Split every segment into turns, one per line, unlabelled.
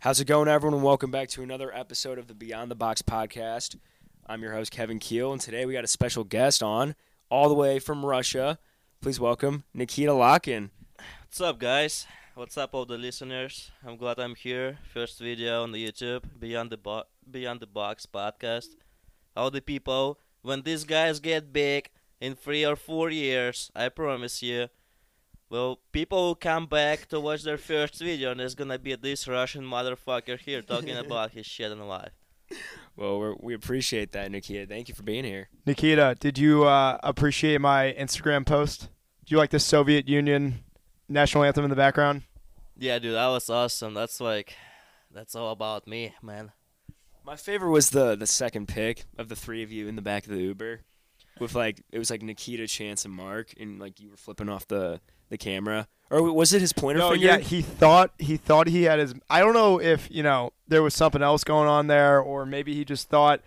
How's it going, everyone? And welcome back to another episode of the Beyond the Box podcast. I'm your host, Kevin Keel, and today we got a special guest on, all the way from Russia. Please welcome Nikita Lokin.
What's up, guys? What's up, all the listeners? I'm glad I'm here. First video on the YouTube, Beyond the Bo- Beyond the Box podcast. All the people, when these guys get big in three or four years, I promise you, well, people will come back to watch their first video, and there's gonna be this Russian motherfucker here talking about his shit in life.
Well, we're, we appreciate that, Nikita. Thank you for being here.
Nikita, did you uh, appreciate my Instagram post? Do you like the Soviet Union national anthem in the background?
Yeah, dude, that was awesome. That's like, that's all about me, man.
My favorite was the the second pick of the three of you in the back of the Uber, with like it was like Nikita, Chance, and Mark, and like you were flipping off the the camera, or was it his pointer
No,
finger?
yeah, he thought he thought he had his. I don't know if you know there was something else going on there, or maybe he just thought.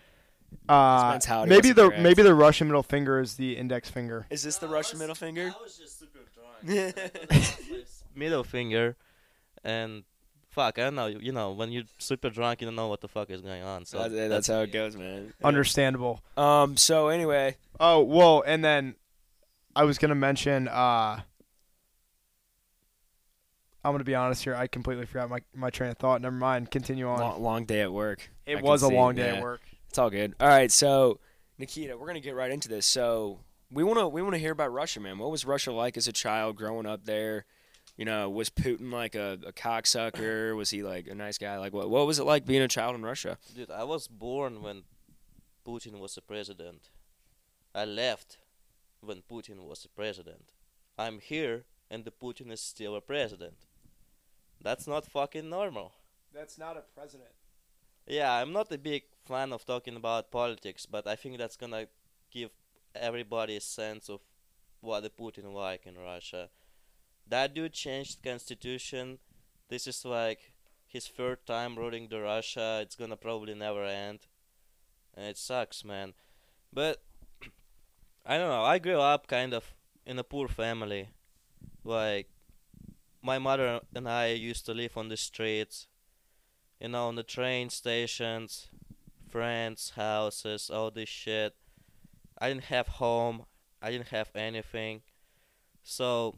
His
Uh,
mentality
maybe
wasn't
the
correct.
maybe the Russian middle finger is the index finger.
Is this the Russian middle finger?
I was just super drunk. middle finger, and fuck, I don't know. You know, when you're super drunk, you don't know what the fuck is going on. So
That's, that's how it goes, man.
Understandable.
Um. So anyway,
Oh whoa, and then I was gonna mention. Uh, I'm gonna be honest here. I completely forgot my my train of thought. Never mind. Continue on.
long, long day at work. I
It
can
was a
see,
long day
yeah.
at work.
It's all good. All right. So Nikita, we're gonna get right into this. So we wanna we wanna hear about Russia, man. What was Russia like as a child growing up there? You know, was Putin like a, a cocksucker? Was he like a nice guy? Like what what was it like being a child in Russia?
Dude, I was born when Putin was the president. I left when Putin was the president. I'm here, and the Putin is still a president. That's not fucking normal.
That's not a president.
Yeah, I'm not a big fan of talking about politics, but I think that's gonna give everybody a sense of what the Putin like in Russia. That dude changed the constitution. This is like his third time ruling the Russia. It's gonna probably never end, and it sucks, man. But I don't know. I grew up kind of in a poor family. Like my mother and I used to live on the streets you know, on the train stations, friends, houses, all this shit. I didn't have home. I didn't have anything. So,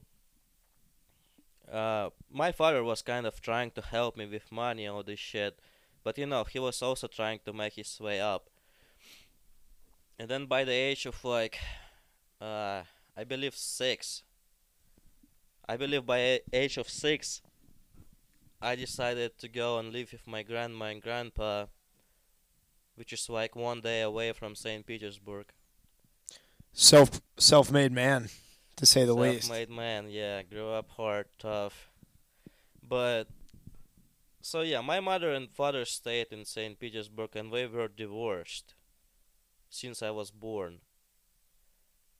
uh, my father was kind of trying to help me with money, all this shit. But you know, he was also trying to make his way up. And then by the age of like, uh, I believe six. I believe by a- age of six, I decided to go and live with my grandma and grandpa, which is like one day away from St. Petersburg.
Self self made man, to say the least.
Self-made man, yeah, grew up hard, tough. But so yeah, my mother and father stayed in St. Petersburg and they were divorced since I was born.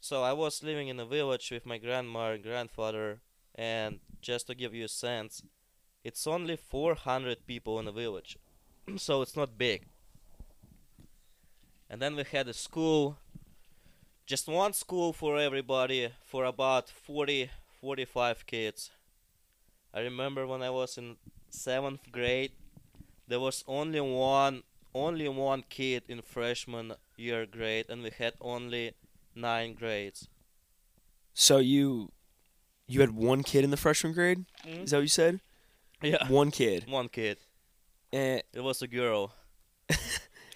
So I was living in a village with my grandma and grandfather and just to give you a sense, it's only 400 people in a village. so it's not big. And then we had a school just one school for everybody for about 40 45 kids i remember when i was in seventh grade there was only one only one kid in freshman year grade and we had only nine grades
So you you had one kid in the freshman grade? Is that what you said?
yeah
One kid.
one kid
Eh,
it was a girl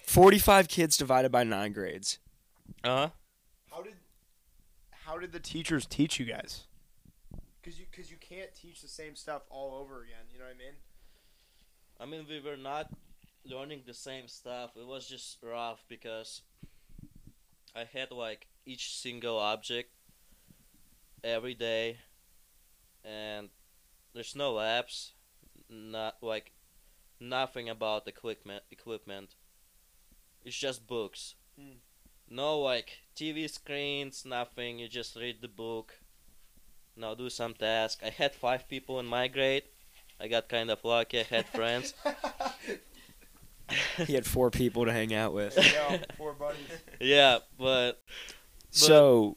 45 kids divided by 9 grades.
uh-huh
How did how did the teachers teach you guys? Because you because you can't teach the same stuff all over again. You know what I mean?
I mean, we were not learning the same stuff. It was just rough because I had like each single object every day, and there's no labs, not like nothing about equipment. Equipment. It's just books.
Mm.
No like TV screens, nothing. You just read the book. Now do some task. I had five people in my grade. I got kind of lucky. I had friends.
He had four people to hang out with.
yeah, four buddies.
yeah, but
so,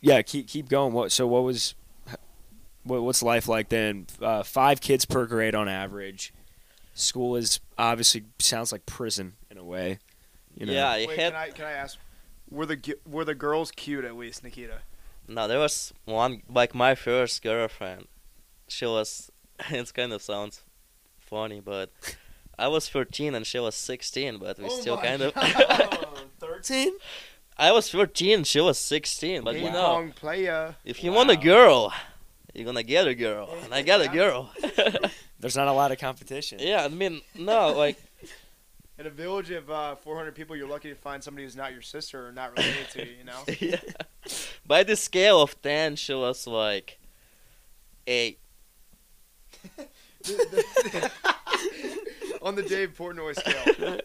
yeah, keep keep going. What so what was what, what's life like then? Uh, 5 kids per grade on average. school is obviously sounds like prison in a way. You know?
yeah, it
Wait,
had
can I can I ask? Were the gi- were the girls cute at least, Nikita?
No, there was one like my first girlfriend. She was it kind of sounds funny, but I was 13 and she was 16, but we
Oh
still kind of
Thirteen.
I was 13, she was 16, but you
Ding
know,
dong player.
if you want a
Wow.
girl, you're going to get a girl. And I got a
Yeah.
girl.
There's not a lot of competition.
yeah, I mean, no, like
In a village of uh, 400 people, you're lucky to find somebody who's not your sister or not related to you. You know.
yeah. By the scale of 10, she was like 8.
On the Dave Portnoy scale,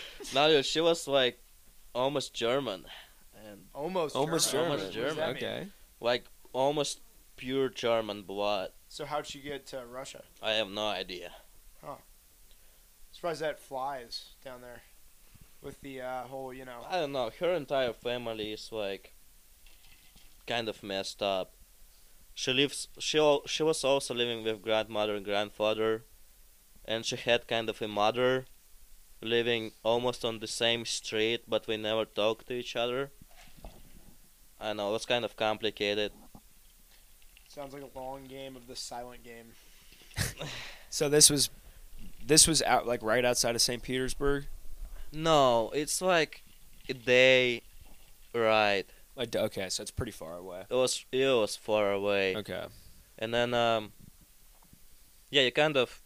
No, dude, she was like almost German and
almost
Almost German.
Almost
German. What does
German,
that mean?
Okay.
like almost pure German blood.
So how'd she get to Russia?
I have no idea.
Surprised that flies down there, with the uh, whole you know.
I don't know. Her entire family is like kind of messed up. She lives. She al- she was also living with grandmother and grandfather, and she had kind of a mother living almost on the same street, but we never talked to each other. I know it was kind of complicated.
Sounds like a long game of the silent game.
So this was, this was out like right outside of St. Petersburg.
No, it's like a day right.
Like, d- okay, so it's pretty far away.
It was it was far away.
Okay.
and then um yeah you kind of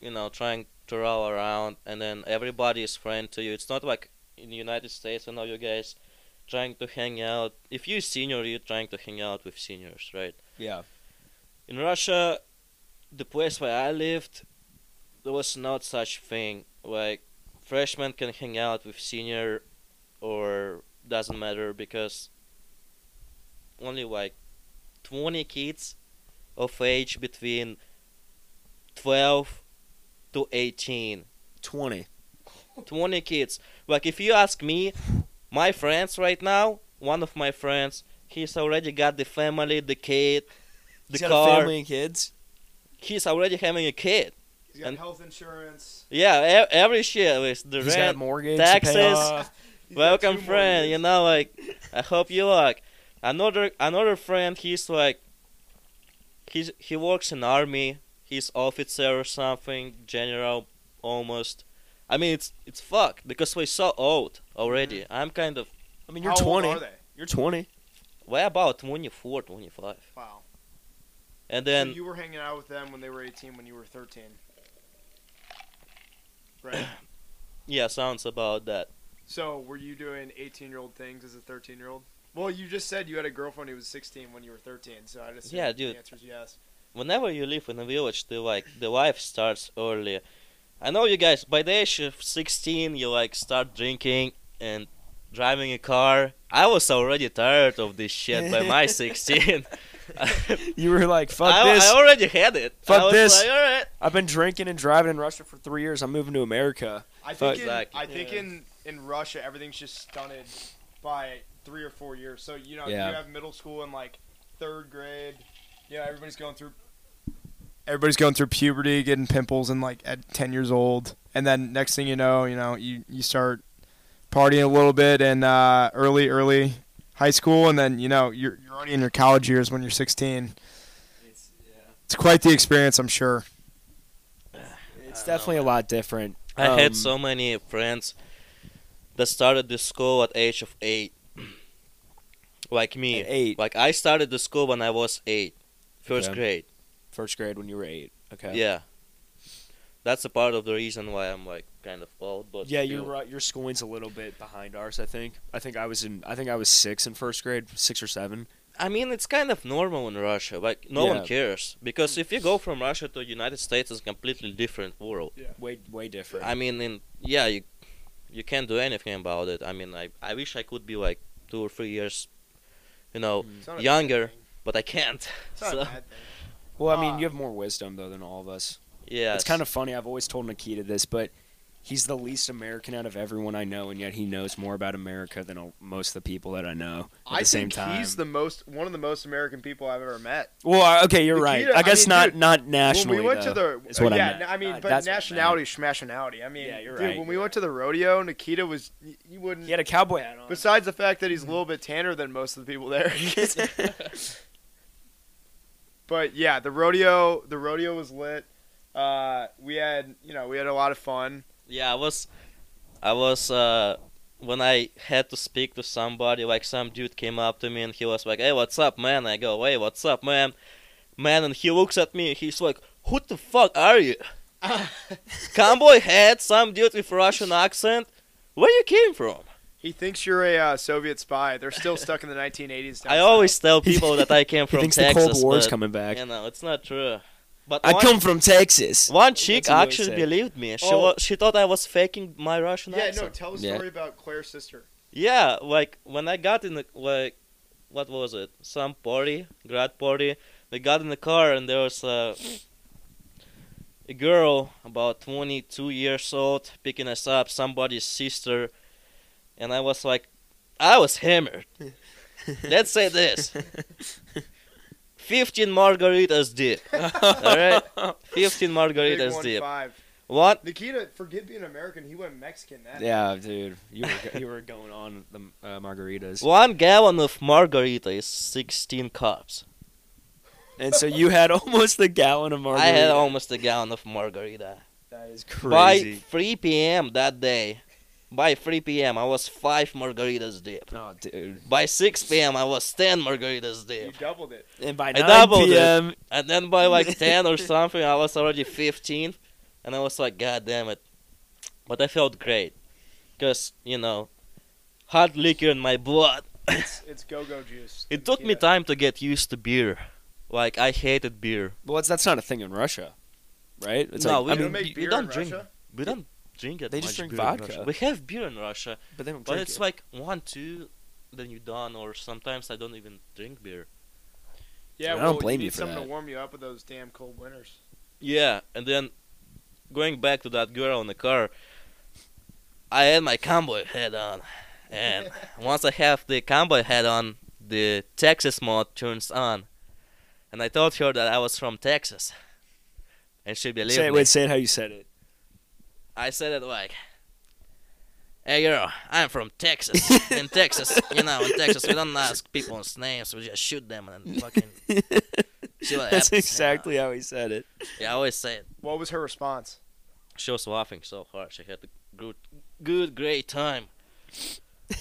you know trying to roll around and then everybody is friend to you it's not like in the united states i know you guys trying to hang out if you're senior you're trying to hang out with seniors right
Yeah.
in russia the place where i lived there was not such thing like freshmen can hang out with senior or doesn't matter because only like 20 kids of age between 12 to 18
Twenty.
20 kids like if you ask me my friends right now one of my friends he's already got the family the kid the
He's got a
car
family and kids.
he's already having a kid
He's got
And-
health insurance.
yeah e- every shit with the
He's got
rent
mortgage
taxes.
to pay off.
He's got
welcome
two
friend you
mortgages.
know like i hope you luck another another friend he's like he's he works in army he's officer or something general almost i mean it's it's fucked because we're so old already
Mm-hmm.
i'm kind of
I mean, you're
How old
twenty.
are they?
You're twenty.
way about 24 25
Wow.
and
So
then
you were hanging out with them when they were 18, when you were 13. Right.
yeah sounds about that
So were you doing 18 year old things as a 13 year old? Well, you just said you had a girlfriend who was 16 when you were 13, so I just
Yeah, dude.
The answer is yes.
whenever you live in a village the like the life starts early i know you guys by the age of 16 you like start drinking and driving a car i was already tired of this shit by my 16
You were like, fuck
I,
this.
I already had it
Fuck
I was
this.
like, all right
I've been drinking and driving in Russia for three years. I'm moving to America.
I
Fuck.
think in,
Exactly.
I think
Yeah.
in in Russia everything's just stunted by three or four years. So you know
Yeah.
you have middle school and like third grade. You know everybody's going through. Everybody's going through puberty, getting pimples, and like at ten years old, and then next thing you know, you know you you start partying a little bit in uh, early early high school, and then you know you're you're already in your college years when you're 16.
It's,
It's quite the experience, I'm sure.
I don't know,
definitely a lot different.
i
Um,
had so many friends that started the school at age of 8 like me
At eight,
like i started the school when i was 8 first
Okay.
grade
first grade when you were eight. Okay.
Yeah. That's a part of the reason why I'm like kind of old, but
Yeah, you're
still.
right. Your schooling's a little bit behind ours. I think. I think I was in. I think I was six in first grade, six or seven.
I mean, it's kind of normal in Russia. Like no
Yeah.
one cares because if you go from Russia to United States, it's a completely different world.
Way, way different.
I mean, in yeah, you you can't do anything about it. I mean, I I wish I could be like two or three years, you know,
Mm.
It's not a bad
Younger.
thing.
but I can't.
It's not a
so
bad thing.
well, I mean,
uh,
Ah.
you have more wisdom though than all of us.
yeah,
It's kind of funny. I've always told Nikita this, but he's the least American out of everyone I know, and yet he knows more about America than all- most of the people that I know. At
I
the same
think
time,
he's the most one of the most American people I've ever met.
well, I- okay, you're
Nikita-
right. I
I
guess
mean,
not
dude,
not nationally.
when we went
though,
to the
is what I
yeah,
meant.
no, I mean,
Uh,
but
that's what I meant.
nationality, schmationality. I mean,
Yeah, you're
dude,
right.
When we went to the rodeo, Nikita was y- you wouldn't.
He had a cowboy hat on.
Besides the fact that he's a little bit tanner than most of the people there. but yeah, the rodeo, the rodeo was lit. Uh, we had you know we had a lot of fun.
Yeah, I was, I was uh, when I had to speak to somebody, like some dude came up to me and he was like, "Hey, what's up, man?" I go, "Hey, what's up, man?" Man, and he looks at me. He's like, "Who the fuck are you?" Cowboy hat, some dude with Russian accent. Where you came from?
He thinks you're a uh, Soviet spy. They're still stuck in the 1980s. down
I
south.
always tell people that I came
he
from
thinks
Texas,
the Cold War's
but
coming back.
you know it's not true. But
I
one,
come from Texas.
one chick
That's what I
actually
said.
believed me. She
Oh.
wa- she thought I was faking my Russian
Yeah,
accent.
no. Tell a
Yeah.
story about Claire's sister.
Yeah, like when I got in the like, what was it? Some party, grad party. We got in the car and there was a a girl about 22 years old picking us up, somebody's sister, and I was like, I was hammered. Let's say this. 15 margaritas deep. All right, 15
Big
margaritas
one
deep.
five.
What?
Nikita, forget being American. He went Mexican. That
Yeah, dude, you were you were going on the uh, margaritas,
One gallon of margarita is 16 cups.
and so you had almost a gallon of margaritas.
I had almost a gallon of margarita.
That is
By
crazy.
3 p.m. that day, by 3 p.m. I was five margaritas deep.
Oh, dude.
By 6 p.m. I was 10 margaritas
you
deep.
doubled it.
And by 9
doubled it.
p.m.,
And then by like 10 or something, I was already 15. And I was like, God damn it. But I felt great. Because, you know, hot liquor in my blood.
It's, it's go-go juice.
It took me
Nikita.
time to get used to beer. Like, I hated beer.
Well, it's, that's not a thing in Russia, right? It's
No,
like,
we
I
You
mean,
don't
you-
make
you
beer
don't
in
drink.
Russia?
We don't drink it.
They just drink vodka.
We have beer in Russia.
but they don't
But
drink
it's
it.
like one, two, then you done, or sometimes I don't even drink beer.
Yeah,
I don't
well,
blame
you
you
need
for
something to
that.
warm you up with those damn cold winters.
Yeah, and then going back to that girl in the car, I had my cowboy hat on, and once I have the cowboy hat on, the Texas mod turns on, and I told her that I was from Texas, and she believed
say, it-
me.
wait, say it how you said it.
I said it like, "Hey girl, I'm from Texas. In Texas, you know, in Texas, we don't ask people's names. We just shoot them and then fucking." See what happens,
That's
you know.
exactly how he said it.
Yeah, I always say it.
What was her response?
She was laughing so hard. She had a good, good, great time.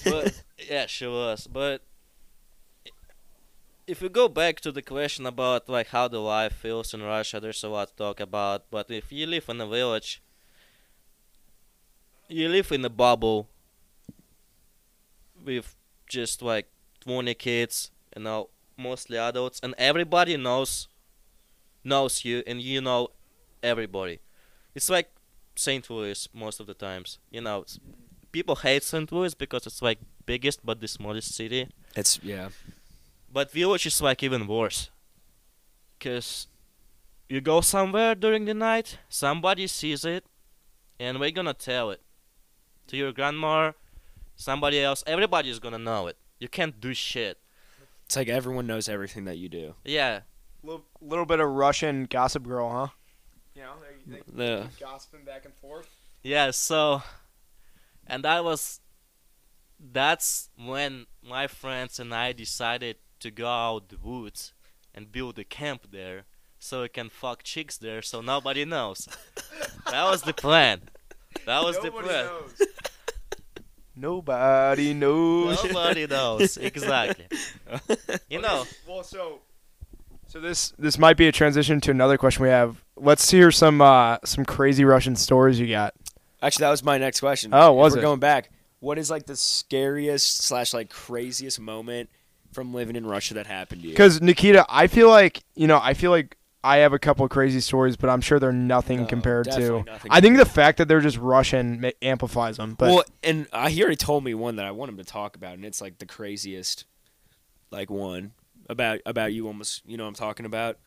But yeah, she was. But if we go back to the question about like how the life feels in Russia, there's a lot to talk about. But if you live in a village, you live in a bubble with just like 20 kids, you know, mostly adults, and everybody knows knows you, and you know everybody. It's like St. Louis most of the times. You know, it's- people hate St. Louis because it's like biggest but the smallest city.
It's yeah.
But village is like even worse. Cause you go somewhere during the night, somebody sees it, and we're gonna tell it to your grandma, somebody else. Everybody's gonna know it. You can't do shit.
It's like everyone knows everything that you do.
Yeah,
Little, little bit of Russian gossip girl, huh? You know, they, they
The
keep gossiping back and forth.
yeah. So, and that was, that's when my friends and I decided to go out the woods and build a camp there, so we can fuck chicks there, so nobody knows. That was the plan. That was the
Nobody
plan.
knows. Nobody knows.
Nobody knows exactly. You know,
Well, so so this this might be a transition to another question we have. Let's hear some uh, some crazy Russian stories you got.
actually, that was my next question.
Oh, was
We're
it?
going back. What is like the scariest slash like craziest moment from living in Russia that happened to you?
Because Nikita, I feel like you know, I feel like I have a couple of crazy stories, but I'm sure they're nothing
No,
Uh, compared to.
definitely nothing
I think the
compared.
fact that they're just Russian ma- amplifies them. But
well, and I he already told me one that I want him to talk about, and it's like the craziest, like one about about you almost. You know what I'm talking about?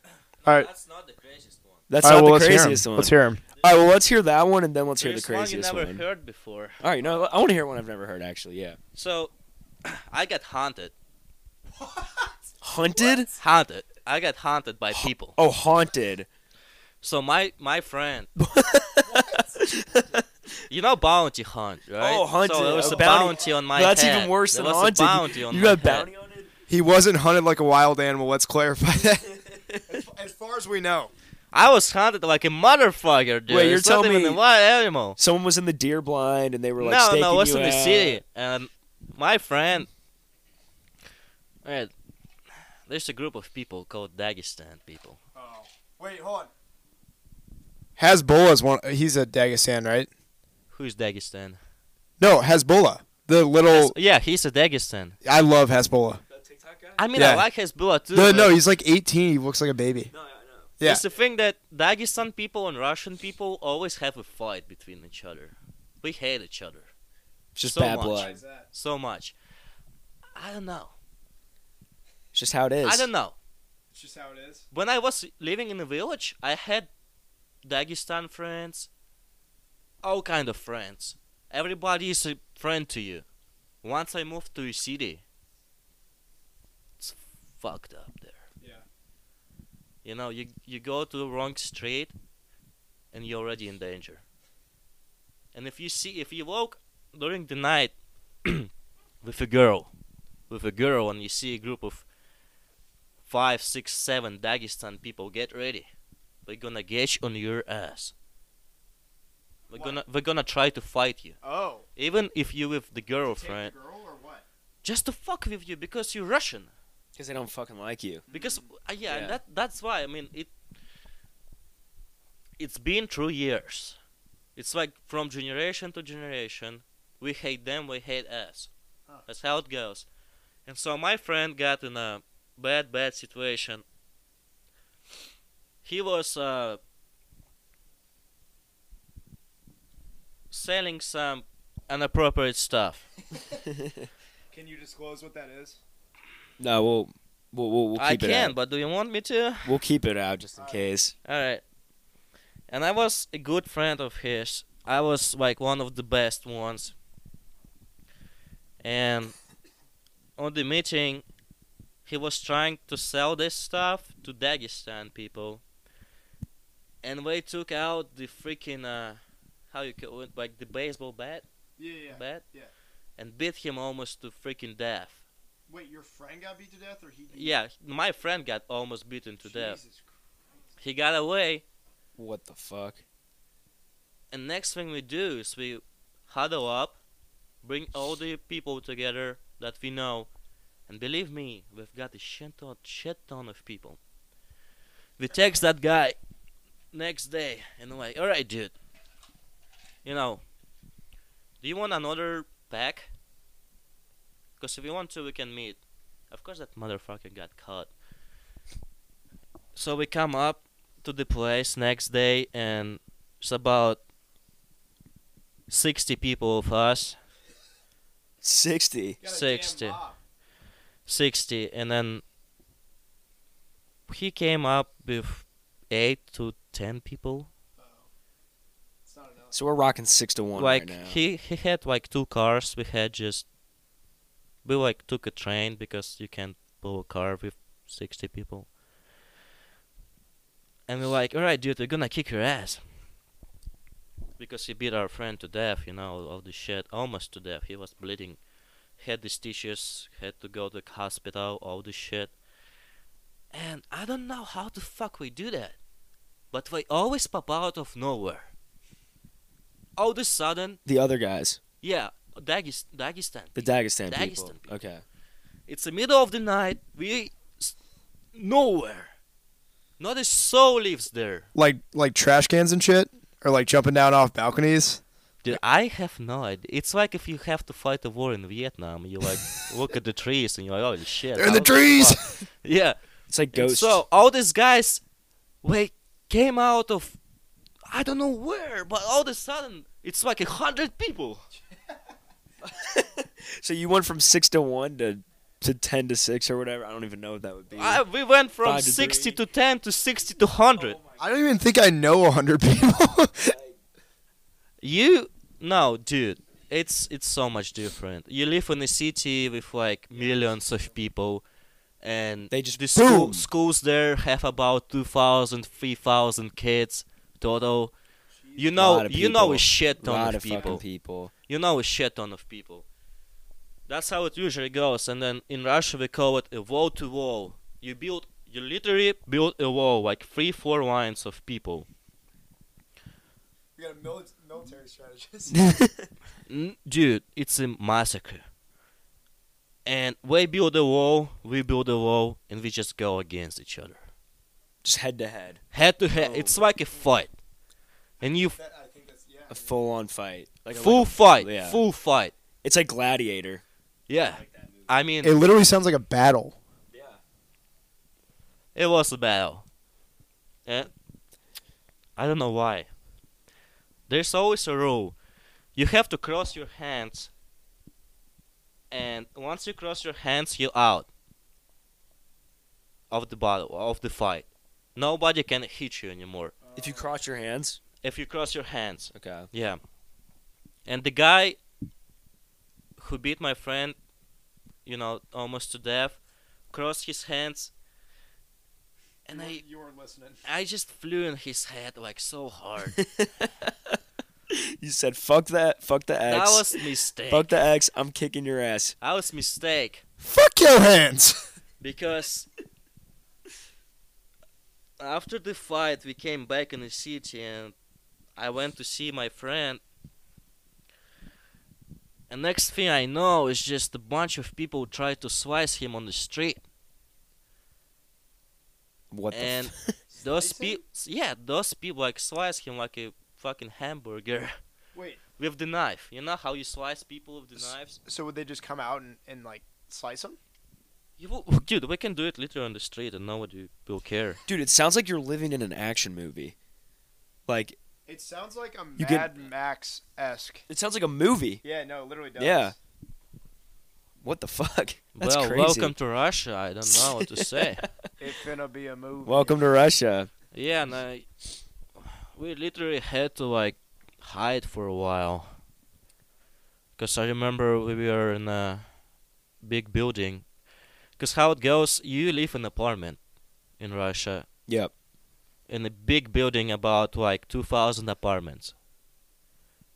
all right,
that's not the craziest one.
That's
all right,
not
well,
the
let's hear 'em.
craziest one.
Let's hear him.
All right, well, let's hear that one, and then let's hear the
Here's one you
craziest
never
one.
heard before.
All right, no, I want to hear one I've never heard actually. Yeah,
So, I got haunted.
haunted.
Haunted. I got haunted by people.
Oh, haunted.
So my my friend, you know bounty hunt, right?
Oh, hunted.
So there was
Oh,
a
bounty.
bounty on my
That's
head.
even worse
There
than
was
haunted.
a bounty on
you
my
got
head.
bounty on it.
He wasn't hunted like a wild animal. Let's clarify that. as, as far as we know,
I was hunted like a motherfucker, dude.
Wait, you're
it's not
telling
even
me-
a wild animal.
Someone was in the deer blind, and they were like,
no,
staking
no, it was
you
in the
out.
city, and my friend. Alright, there's a group of people called Dagestan people.
wait, hold on. Hezbollah is one. He's a Dagestan, right?
Who's Dagestan?
No, Hezbollah. The little.
Yeah, he's a Dagestan.
I love Hezbollah.
I mean, I
Yeah.
like Hezbollah too.
The,
but
no, he's like 18. He looks like a baby. Yeah.
It's the thing that Dagestan people and Russian people always have a fight between each other. We hate each other
It's just
So
bad
much.
blood. It's
so much. I don't know.
just how it is.
I don't know.
It's just how it is.
When I was living in the village, I had Dagestan friends, all kind of friends. Everybody is a friend to you. Once I moved to a city, it's fucked up there.
Yeah.
You know, you you go to the wrong street, and you're already in danger. And if you see, if you walk during the night with a girl, with a girl, and you see a group of five, six, seven Dagestan people, get ready. We're gonna get you on your ass. We're
Why?
gonna we're gonna try to fight you,
Oh.
even if you with the girlfriend,
girl or what?
just to fuck with you because you're Russian.
because they don't fucking like you.
because uh, yeah,
Yeah.
that that's why I mean it. It's been through years. It's like from generation to generation, we hate them, we hate us.
Huh.
That's how it goes. And so my friend got in a bad, bad situation. He was uh, selling some inappropriate stuff.
Can you disclose what that is?
no, we'll we'll we'll, we'll keep
I
it
can,
out.
but do you want me to?
We'll keep it out just in case.
All right. And I was a good friend of his. I was like one of the best ones. And on the meeting, he was trying to sell this stuff to Dagestan people. And we took out the freaking uh, how you call it, like the baseball bat,
Yeah, yeah.
bat,
yeah.
and beat him almost to freaking death.
Wait, your friend got beat to death, or he?
Yeah, my friend got almost beaten to death. He got away.
What the fuck?
and next thing we do is we huddle up, bring all the people together that we know, and believe me, we've got a shit ton, shit ton of people. We text that guy next day and we're like, alright, dude, you know, do you want another pack? Because if you want to, we can meet. Of course, that motherfucker got caught. So we come up to the place next day and it's about 60 people of us
Sixty.
60. 60 and then he came up with 8 to 10 people
So we're rocking six to one
like
right now.
he he had like two cars we had just we like took a train because you can't pull a car with 60 people and we're like all right dude we're gonna kick your ass because he beat our friend to death you know all this shit almost to death he was bleeding had these stitches had to go to the hospital all this shit and i don't know how the fuck we do that but we always pop out of nowhere all of a sudden
the other guys,
yeah, Dagest- Dagestan.
the Dagestan, people.
Dagestan people.
Okay.
It's the middle of the night. We s- nowhere. Not a soul lives there.
Like like trash cans and shit, or like jumping down off balconies.
Dude, I have no idea. It's like if you have to fight a war in Vietnam, you like look at the trees and you're like, holy shit.
They're in the
how
trees.
fuck?" Yeah.
It's like
And
ghosts.
So all these guys, they came out of, I don't know where, but all of a sudden it's like a hundred people.
So you went from six to one to to ten to six or whatever. I don't even know what that would be.
I, we went from
Five to
60
three.
to 10 to 60 to 100.
I don't even think I know hundred people.
You no, dude. It's it's so much different. You live in a city with like millions of people, and
They just
the school,
boom.
schools there have about 2,000, 3,000 kids total. You know,
Lot of
you know
people.
a shit ton
lot of
of,
fucking
people.
people.
You know a shit ton of people. That's how it usually goes. And then in Russia we call it a wall to wall. You build, you literally build a wall like three, four lines of people.
We got a military strategist.
N- dude, it's a massacre. And we build a wall, we build a wall, and we just go against each other,
Just head to head,
head to head.
Oh.
It's like a fight, and you
that, I think that's, yeah.
a full on fight, like a-
full
like a-
fight,
yeah.
full fight.
It's like gladiator.
Yeah, I mean,
It
it,
literally sounds like a battle.
Yeah.
was a battle. And I don't know why. There's always a rule. You have to cross your hands, and once you cross your hands, you're out of the battle, of the fight. Nobody can hit you anymore
If you cross your hands,
if you cross your hands.
okay.
Yeah. And the guy who beat my friend, you know, almost to death, crossed his hands, and I,
you weren't listening.
I just flew in his head like so hard.
you said fuck that, fuck the
that
X,
was mistake.
fuck the X. I'm kicking your ass.
That was mistake.
Fuck your hands.
because after the fight we came back in the city and i went to see my friend and next thing i know is just a bunch of people try to slice him on the street
What the?
And-
f-
those
Slice him?
people yeah those people like slice him like a fucking hamburger
Wait.
with the knife you know how you slice people with the
S-
knives
So would they just come out and, and like slice them?
you will, dude we can do it literally on the street and nobody will care
dude, it sounds like you're living in an action movie. Like
It sounds like a
You
Mad
get-
Max esque.
it sounds like a movie.
Yeah, no, it literally does.
Yeah. What the fuck? That's
well
crazy.
welcome to russia i don't know what to say
It's gonna be a movie.
Welcome to Russia.
Yeah, and I, we literally had to like hide for a while. Cause I remember we were in a big building. Cause how it goes, you live in an apartment in Russia
Yep.
in a big building about like 2,000 apartments.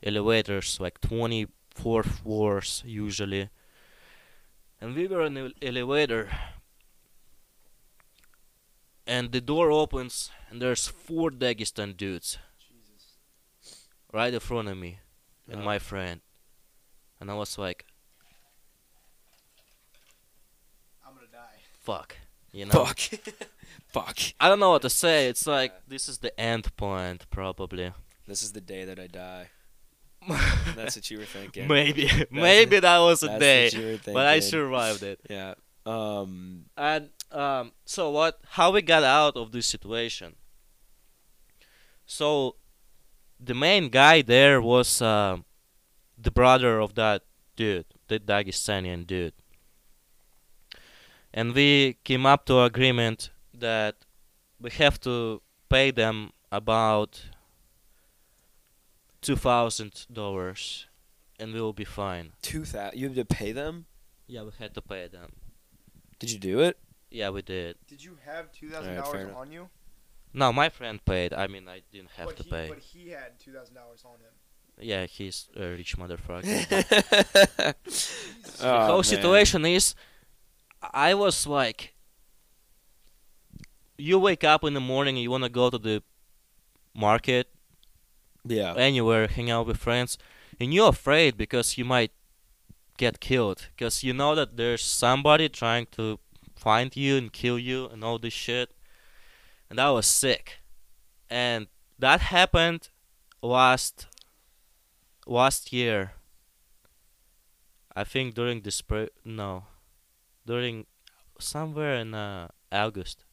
Elevators like 24 floors usually. And we were in an elevator. And the door opens and there's four Dagestan dudes
Jesus.
right in front of me and
Oh.
my friend. And I was like,
I'm gonna die.
fuck. You know?
Fuck. fuck.
I don't know what to say. It's like, this is the end point, probably.
This is the day that I die. That's what you were thinking.
maybe. Maybe that was a
That's
day.
what you were thinking.
But I survived it.
Yeah. Um.
And um, so what? How we got out of this situation? So, the main guy there was um the brother of that dude, the Dagestanian dude, and we came up to agreement that we have to pay them about two thousand dollars, and we will be fine.
Two thousand. You had to pay them.
Yeah, we had to pay them.
Did you do it?
Yeah, we did.
Did you have two thousand
Alright, fair
dollars
enough.
on you?
No, my friend paid. I mean, I didn't have
but
to
he,
pay.
But he had two thousand dollars on him.
Yeah, he's a rich motherfucker. the
the
whole situation is, I was like, you wake up in the morning, you wanna go to the market,
Yeah.
anywhere, hang out with friends, and you're afraid because you might get killed, because you know that there's somebody trying to find you and kill you and all this shit. And I was sick, and that happened last last year. I think during the spring, no, during somewhere in uh, August.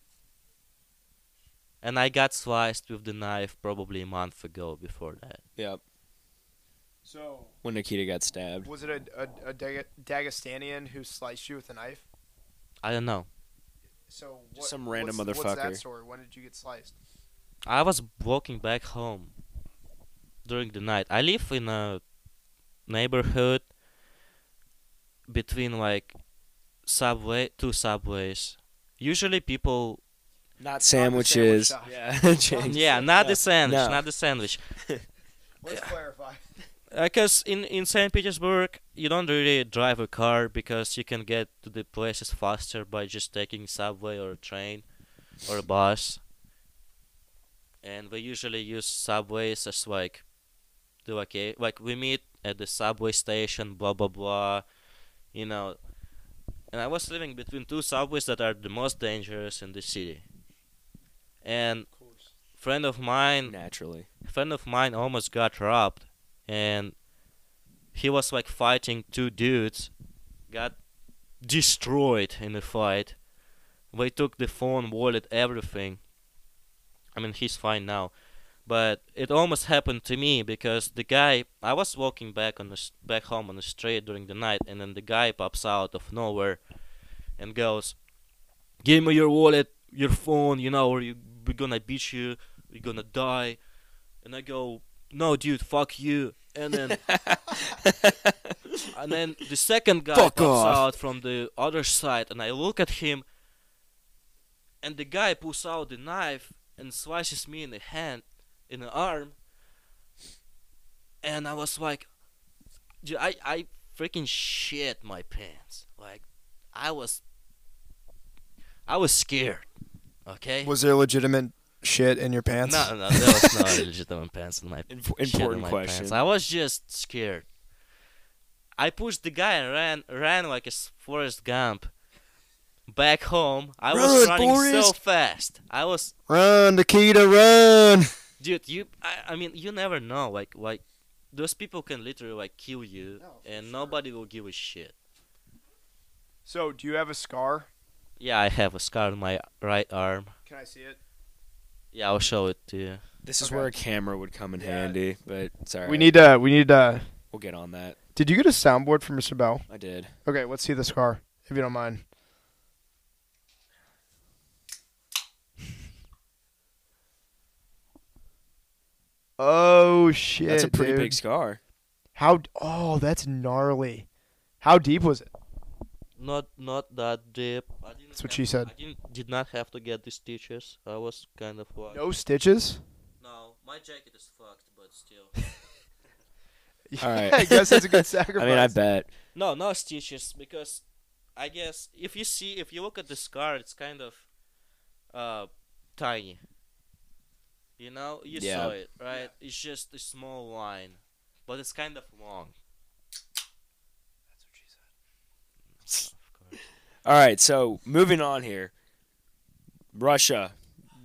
And I got sliced with the knife probably a month ago before that.
Yep.
So
When Nikita got stabbed.
was it a a, a Dag- Dagestanian who sliced you with a knife?
I don't know.
So what,
Just some random
what's, What's that
motherfucker.
story? When did you get sliced?
I was walking back home during the night. I live in a neighborhood between like subway two subways. Usually people
Not sandwiches.
shop.
yeah, change.
yeah, not the sandwich,
No.
not the sandwich.
Let's clarify.
Because in in Saint Petersburg, you don't really drive a car because you can get to the places faster by just taking subway or train or bus. And we usually use subways as like the okay like we meet at the subway station, blah blah blah, you know. And I was living between two subways that are the most dangerous in the city. And friend of mine
Naturally.
a friend of mine almost got robbed and he was like fighting two dudes got destroyed in the fight they took the phone wallet everything i mean he's fine now but it almost happened to me because the guy i was walking back on the s- back home on the street during the night and then the guy pops out of nowhere and goes give me your wallet your phone you know or you, we're gonna beat you you're gonna die and I go, "No, dude, fuck you." And then and then the second guy
Fuck
comes
off.
out from the other side, and I look at him, and the guy pulls out the knife and slashes me in the hand, in the arm, and I was like, dude, I I freaking shit my pants. Like, I was I was scared. Okay.
Was there legitimate shit in your pants?
No, no, there was no legitimate pants in my
Inf-
shit in
important
my
question.
pants. I was just scared. I pushed the guy and ran, ran like a s- Forrest Gump. Back home, I was
Run,
running so
Forrest!
fast. I was,
Run, Nikita, run!
dude. You, I, I mean, you never know. Like, like those people can literally like kill you,
No, for
and
sure.
nobody will give a shit.
So, do you have a scar?
Yeah, I have a scar on my right arm.
Can I see it?
Yeah, I'll show it to you.
This is
Okay.
where a camera would come in
Yeah.
handy, but sorry.
We need to. We need to.
We'll get on that.
Did you get a soundboard from Mr. Bell?
I did.
Okay, let's see the scar, if you don't mind. Oh shit!
That's a pretty
dude.
big scar.
How? Oh, that's gnarly. How deep was it?
Not, not that deep. I didn't
That's what
have-
she said.
I didn't, did not have to get the stitches. I was kind of like.
No stitches.
No, my jacket is fucked, but still.
All right.
I guess that's a good sacrifice.
I mean, I bet.
No, no stitches because I guess if you see if you look at the scar, it's kind of uh tiny. You know, you
Yeah.
saw it, right? It's just a small line, but it's kind of long. That's what she said. Of course.
All right, so moving on here. Russia.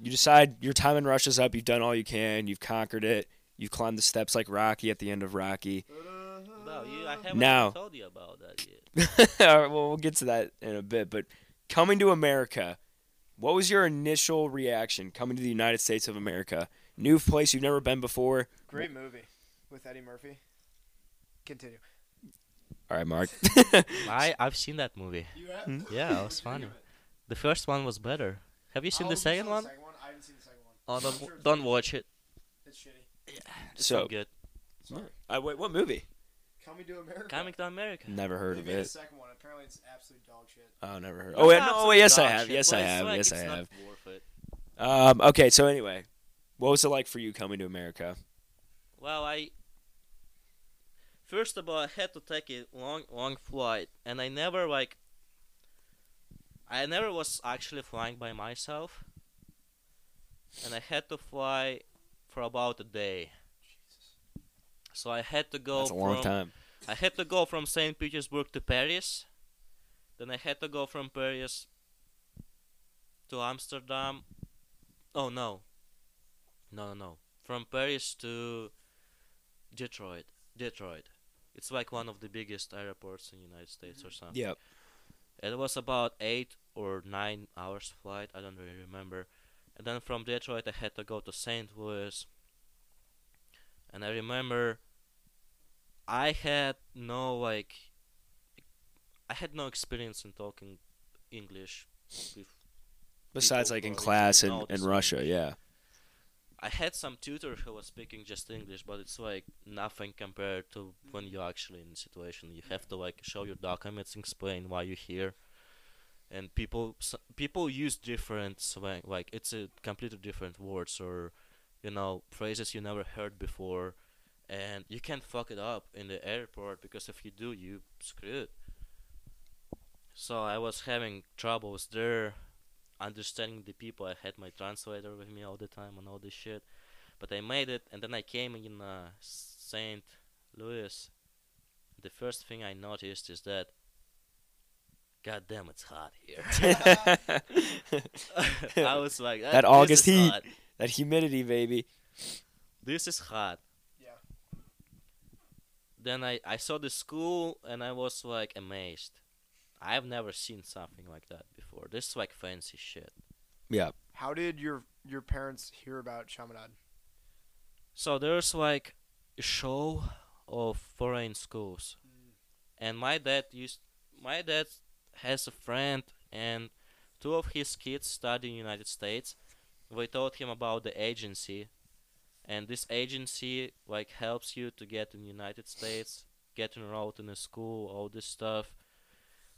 You decide your time in Russia's up. You've done all you can. You've conquered it. You've climbed the steps like Rocky at the end of Rocky.
No, you, I haven't
Now-
told you about that yet.
all right, well, we'll get to that in a bit. But coming to America, what was your initial reaction coming to the United States of America? New place you've never been before.
Great movie with Eddie Murphy. Continue.
All right, Mark.
I I've seen that movie.
You
Hmm?
Yeah, it was funny. The first one was better. Have you seen the second one?
I haven't seen the second one.
Oh,
I'm
don't,
sure it's
don't watch it.
It's shitty.
It's
So-
not good.
Sorry. I, Uh, wait, what movie?
Coming to America.
Coming to America.
Never heard of it.
second one. Apparently, it's absolute dog shit.
Oh, never heard.
Not
Oh, yeah, no,
absolute
wait, yes, I
dog
have.
shit,
Yes,
but
I
it's
have.
like,
Yes, I
it's not
have.
worth it.
Um, okay, so anyway, what was it like for you coming to America?
Well, I first of all I had to take a long, long flight, and I never like. I never was actually flying by myself, and I had to fly for about a day. So I had to go.
That's a long
from-
time.
I had to go from Saint Petersburg to Paris. Then I had to go from Paris to Amsterdam. Oh no. No no no. From Paris to Detroit. Detroit. It's like one of the biggest airports in the United States or something.
Yep.
It was about eight or nine hours flight. I don't really remember. And then from Detroit, I had to go to St. Louis. And I remember, I had no like, I had no experience in talking English. With
Besides,
people
like in
who are
class
actually
and
know
in
this
Russia,
language.
yeah.
I had some tutor who was speaking just English, but it's like nothing compared to when you're actually in the situation. You have to like show your documents, explain why you're here, and people s- people use different slang. Like it's a completely different words or you know phrases you never heard before, and you can fuck it up in the airport because if you do, you screwed. So I was having troubles there understanding the people. I had my translator with me all the time and all this shit. But I made it, and then I came in uh, St. Louis. The first thing I noticed is that, God damn, it's hot here. I was like, "Ah,
That
this
August
is
heat.
hot.
that humidity, baby.
This is hot.
Yeah.
Then I, I saw the school and I was like amazed. I've never seen something like that before. This is like fancy shit.
Yeah.
How did your your parents hear about Chaminade?
So there's like a show of foreign schools,
Mm.
and my dad used my dad has a friend, and two of his kids study in United States. We told him about the agency, and this agency like helps you to get in United States, get enrolled in a school, all this stuff.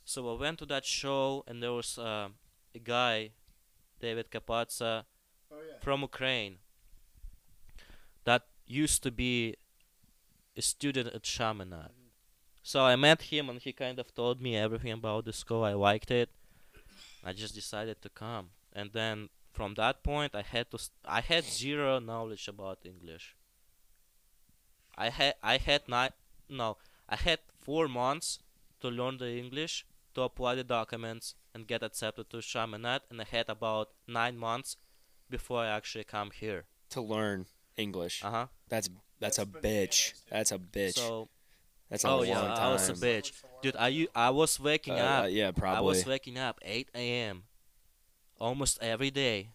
So I went to that show, and there was uh, a guy, David Kapatsa,
Oh yeah.
from Ukraine that used to be a student at Chaminade. So I met him and he kind of told me everything about the school. I liked it. I just decided to come. And then from that point I had to st- I had zero knowledge about English. I had I had not no, I had 4 months to learn the English, to apply the documents and get accepted to Chaminade and I had about 9 months before I actually come here.
To learn English.
Uh huh.
That's that's,
That's
a bitch.
bananas, dude.
That's a bitch.
So,
that's a
oh
long
yeah,
time.
I was a bitch, dude. I u- I was waking
Uh,
up.
uh, yeah,
I
probably.
was waking up 8 a.m. almost every day,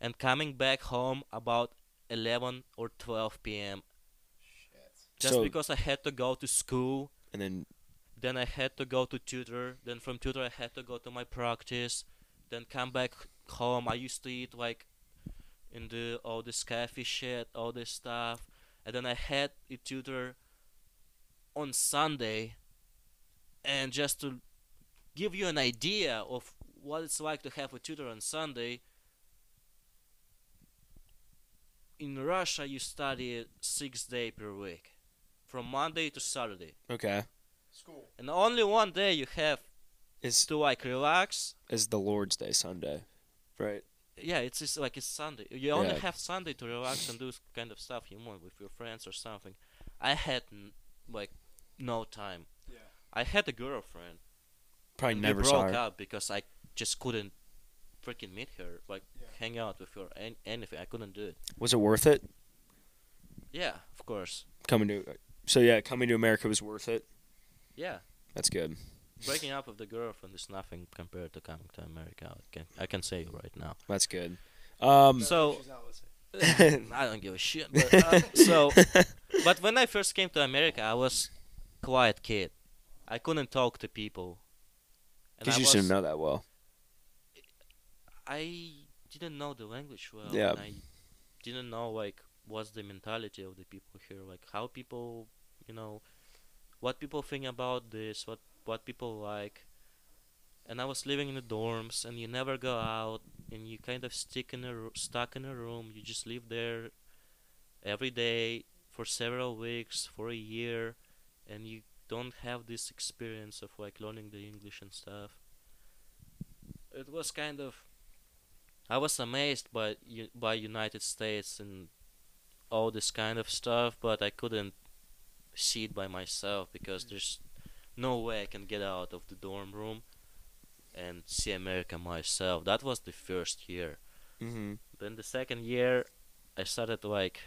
and coming back home about 11 or 12 p.m. Just
So-
because I had to go to school,
and then
then I had to go to tutor, then from tutor I had to go to my practice, then come back home. I used to eat like in the all this cafe shit, all this stuff, and then I had a tutor on Sunday, and just to give you an idea of what it's like to have a tutor on Sunday. In Russia, you study six day per week, from Monday to Saturday,
okay,
School.
and only one day you have
is
to like relax.
is the Lord's Day Sunday, right?
Yeah, it's just like it's Sunday. You only
Yeah.
have Sunday to relax and do s- kind of stuff you want with your friends or something. I had n- like no time.
Yeah.
I had a girlfriend.
Probably
and
never
we
saw
broke
her.
up because I just couldn't freaking meet her, like
Yeah.
hang out with her, an- anything. I couldn't do it.
Was it worth it
Yeah, of course.
coming to? So yeah, coming to America was worth it.
Yeah,
That's good.
breaking up with the girlfriend is nothing compared to coming to America. I can I can say right now.
That's good. Um,
So-
She's not listening.
I don't give a shit. But, uh, so but when I first came to America, I was quiet kid. I couldn't talk to people. And
because
I
you
was-
shouldn't know that well.
I didn't know the language well.
Yeah.
And I didn't know like what's the mentality of the people here, like how people, you know, what people think about this, what what people like. And I was living in the dorms, and you never go out, and you kind of stick in a ro- stuck in a room. You just live there every day for several weeks, for a year, and you don't have this experience of like learning the English and stuff. It was kind of I was amazed by U- by United States and all this kind of stuff, but I couldn't see it by myself because there's no way I can get out of the dorm room and see America myself. That was the first year.
Mm-hmm.
Then the second year, I started like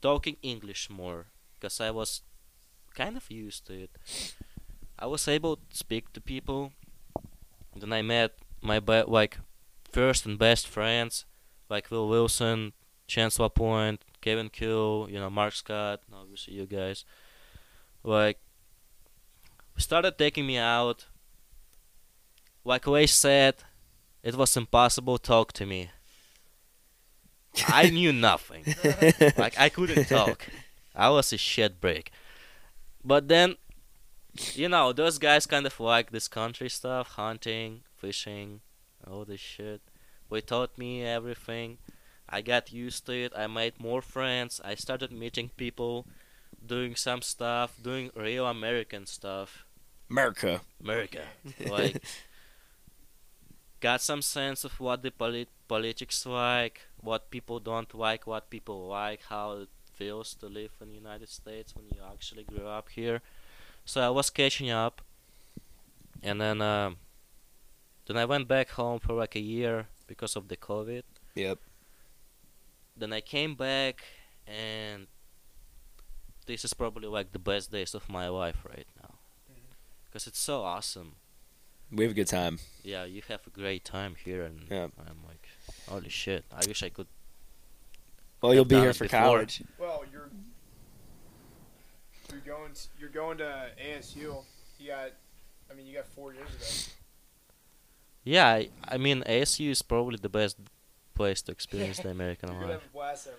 talking English more because I was kind of used to it. I was able to speak to people. Then I met my be- like first and best friends, like Will Wilson, Chancellor Point, Kevin Kill, you know Mark Scott, and obviously you guys. Like started taking me out. Like Way said, it was impossible to talk to me I knew nothing. Like I couldn't talk. I was a shit break. But then, you know, those guys kind of like this country stuff, hunting, fishing, all this shit. They taught me everything. I got used to it. I made more friends. I started meeting people, doing some stuff, doing real American stuff.
America.
America. Like, got some sense of what the polit- politics like, what people don't like, what people like, how it feels to live in the United States when you actually grew up here. So I was catching up, and then um, then I went back home for like a year because of the COVID.
Yep.
Then I came back, and this is probably like the best days of my life right now, because it's so awesome
We have a good time.
yeah, you have a great time here, and
Yeah.
I'm like, holy shit! I wish I could.
Well,
I've
you'll be
done
here
it
for
before.
college.
Well, you're you're going to, you're going to ASU. You got, I mean, you got four years ago.
Yeah, I, I mean, ASU is probably the best place to experience the American
You're gonna
life.
have a blast there,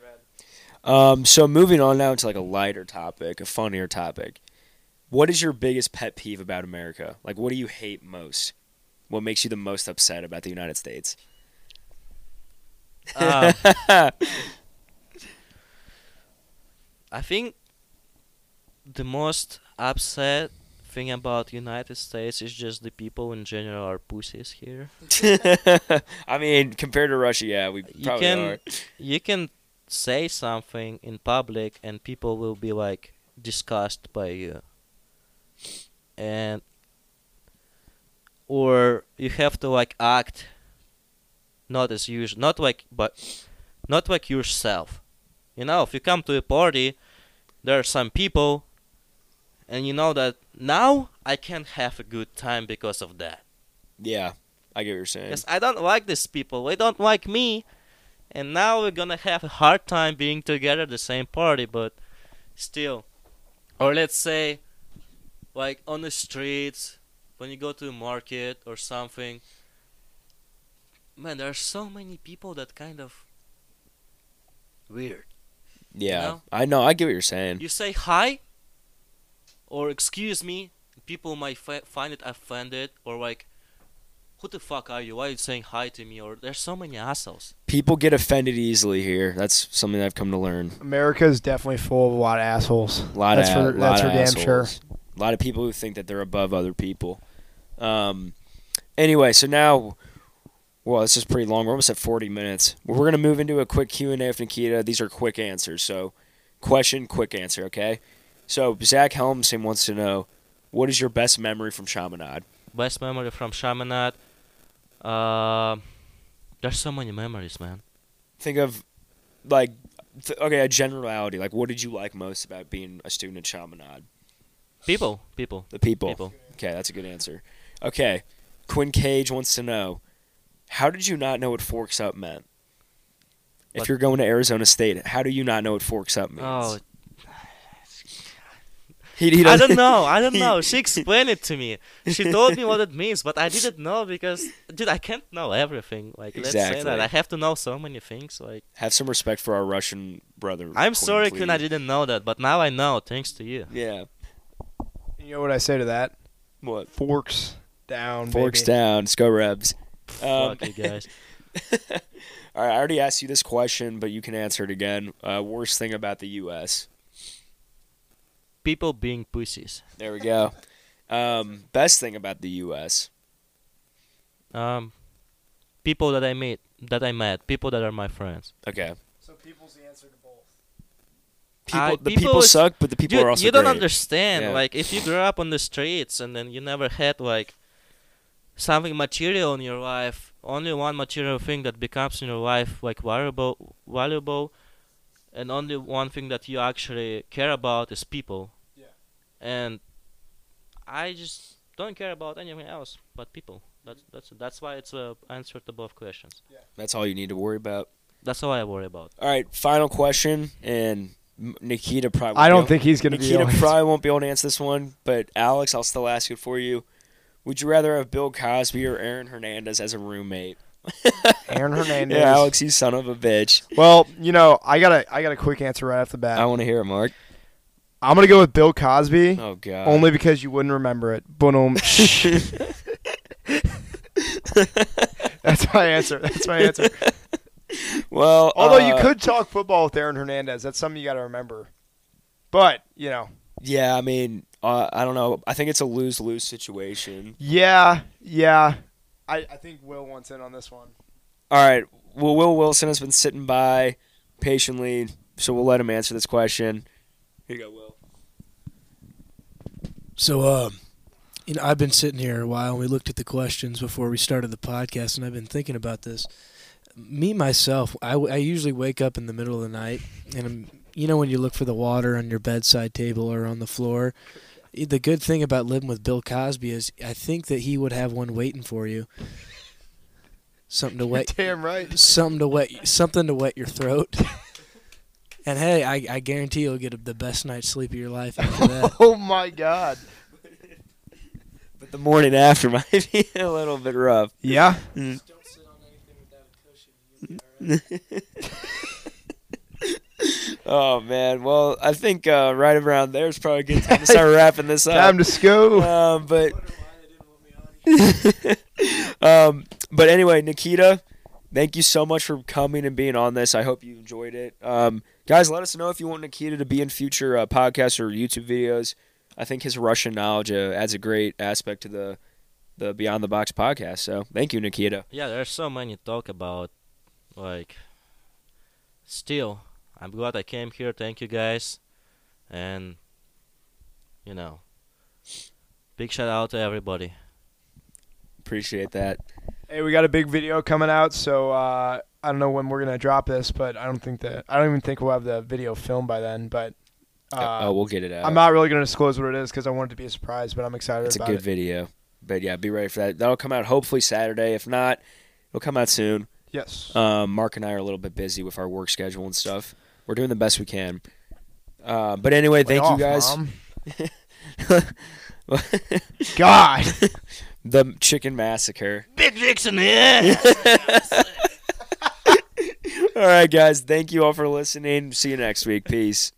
man.
Um, so moving on now to like a lighter topic, a funnier topic. What is your biggest pet peeve about America? Like, what do you hate most? What makes you the most upset about the United States?
Um, I think the most upset thing about United States is just the people in general are pussies here.
I mean, compared to Russia, yeah, we
You
probably
can-
are.
You can say something in public, and people will be like disgusted by you. and or you have to like act not as usual not like but not like yourself you know if you come to a party there are some people and you know that now i can have a good time because of that
Yeah, I get what you're saying.
because i don't like these people they don't like me and now we're gonna have a hard time being together at the same party but still or let's say like on the streets when you go to a market or something man there are so many people that kind of weird
Yeah,
know?
I know. I get what you're saying.
you say hi or excuse me people might fi- find it offended or like who the fuck are you why are you saying hi to me or there's so many assholes
People get offended easily here. That's something I've come to learn.
America is definitely full of a lot of assholes.
A lot
That's
of
for-
a lot
that's
of
for damn sure.
assholes. A lot of people who think that they're above other people. Um, anyway, so now, well, this is pretty long. We're almost at forty minutes. We're gonna move into a quick Q and A with Nikita. These are quick answers. So, question, quick answer. Okay. So Zach Helmson wants to know, what is your best memory from Chaminade?
best memory from shamanad uh, there's so many memories man
Think of, like, th- okay, a generality. Like, what did you like most about being a student at Chaminade?
people people
The people.
people
Okay, that's a good answer. Okay, Quinn Cage wants to know, how did you not know what forks up meant? If
What?
you're going to Arizona State, how do you not know what forks up means?
oh
he, he
I
doesn't-
don't know. I don't
he-
know. She explained it to me. She told me what it means, but I didn't know because, dude, I can't know everything. Like, let's say
Exactly.
that I have to know so many things. Like,
Have some respect for our Russian brother.
I'm
Quinn,
sorry, Quinn, I
please.
didn't know that, but now I know thanks to you.
Yeah.
You know what I say to that?
What?
Forks down.
Forks
baby.
down. Let's go Rebs. Um,
Fuck you guys.
All right, I already asked you this question, but you can answer it again. Uh, worst thing about the U.S.
People being pussies.
There we go. Um, best thing about the U.S.
Um, people that I meet, that I met, people that are my friends.
Okay.
So people's the answer to both.
People,
Uh,
the
people
people
is-
suck, but the people
Dude,
are also
you don't
great.
understand.
Yeah.
Like, if you grew up on the streets and then you never had like something material in your life, only one material thing that becomes in your life like valuable, valuable, and only one thing that you actually care about is people.
Yeah.
And I just don't care about anything else but people. That's that's that's why it's a answer to both questions.
That's all you need to worry about.
That's all I worry about.
All right, final question, and M- Nikita probably.
I don't
won't be
think he's gonna
able-
be.
Nikita
able-
probably won't be able to answer this one, but Alex, I'll still ask it for you. Would you rather have Bill Cosby or Aaron Hernandez as a roommate?
Aaron Hernandez.
yeah, Alex, you son of a bitch.
Well, you know, I got a I got a quick answer right off the bat.
I want to hear it, Mark.
I'm gonna go with Bill Cosby,
Oh God.
only because you wouldn't remember it. Boom. That's my answer. That's my answer.
well,
Although you
uh,
could talk football with Aaron Hernandez, that's something you got to remember. But you know,
Yeah, I mean, uh, I don't know. I think it's a lose lose situation.
yeah, yeah. I, I think Will wants in on this one.
All right. Well, Will Wilson has been sitting by patiently, so we'll let him answer this question. Here you go, Will.
So, uh, you know, I've been sitting here a while, and we looked at the questions before we started the podcast, and I've been thinking about this. Me myself, I, I usually wake up in the middle of the night, and I'm, you know when you look for the water on your bedside table or on the floor. eh, The good thing about living with Bill Cosby is I think that he would have one waiting for you. Something to wet
Damn right.
something to wet something to wet your throat. And hey, I, I guarantee you'll get the best night's sleep of your life after that.
Oh my God.
But the morning after might be a little bit rough.
Yeah.
Don't sit on anything without a cushion.
Oh man. Well, I think uh, right around there is probably a good time to start wrapping this up.
Time to scoop.
um, but um, but anyway, Nikita, thank you so much for coming and being on this. I hope you enjoyed it. Um, guys, let us know if you want Nikita to be in future uh, podcasts or YouTube videos. I think his Russian knowledge uh, adds a great aspect to the the Beyond the Box podcast. So thank you, Nikita.
Yeah, there's so many talk about, like. Still, I'm glad I came here. Thank you guys, and you know, big shout out to everybody.
Appreciate that.
Hey, we got a big video coming out, so uh, I don't know when we're gonna drop this, but I don't think that I don't even think we'll have the video filmed by then. But uh,
oh, we'll get it out.
I'm not really gonna disclose what it is because I want it to be a surprise. But I'm excited
it's a
about
good
it.
video. But yeah, be ready for that. That'll come out hopefully Saturday. If not, it'll come out soon.
Yes.
Um, Mark and I are a little bit busy with our work schedule and stuff. We're doing the best we can. Uh, but anyway,
Lay
thank
off,
you guys.
Mom. God.
the chicken massacre.
Big dicks in the air.
All right, guys. Thank you all for listening. See you next week. Peace.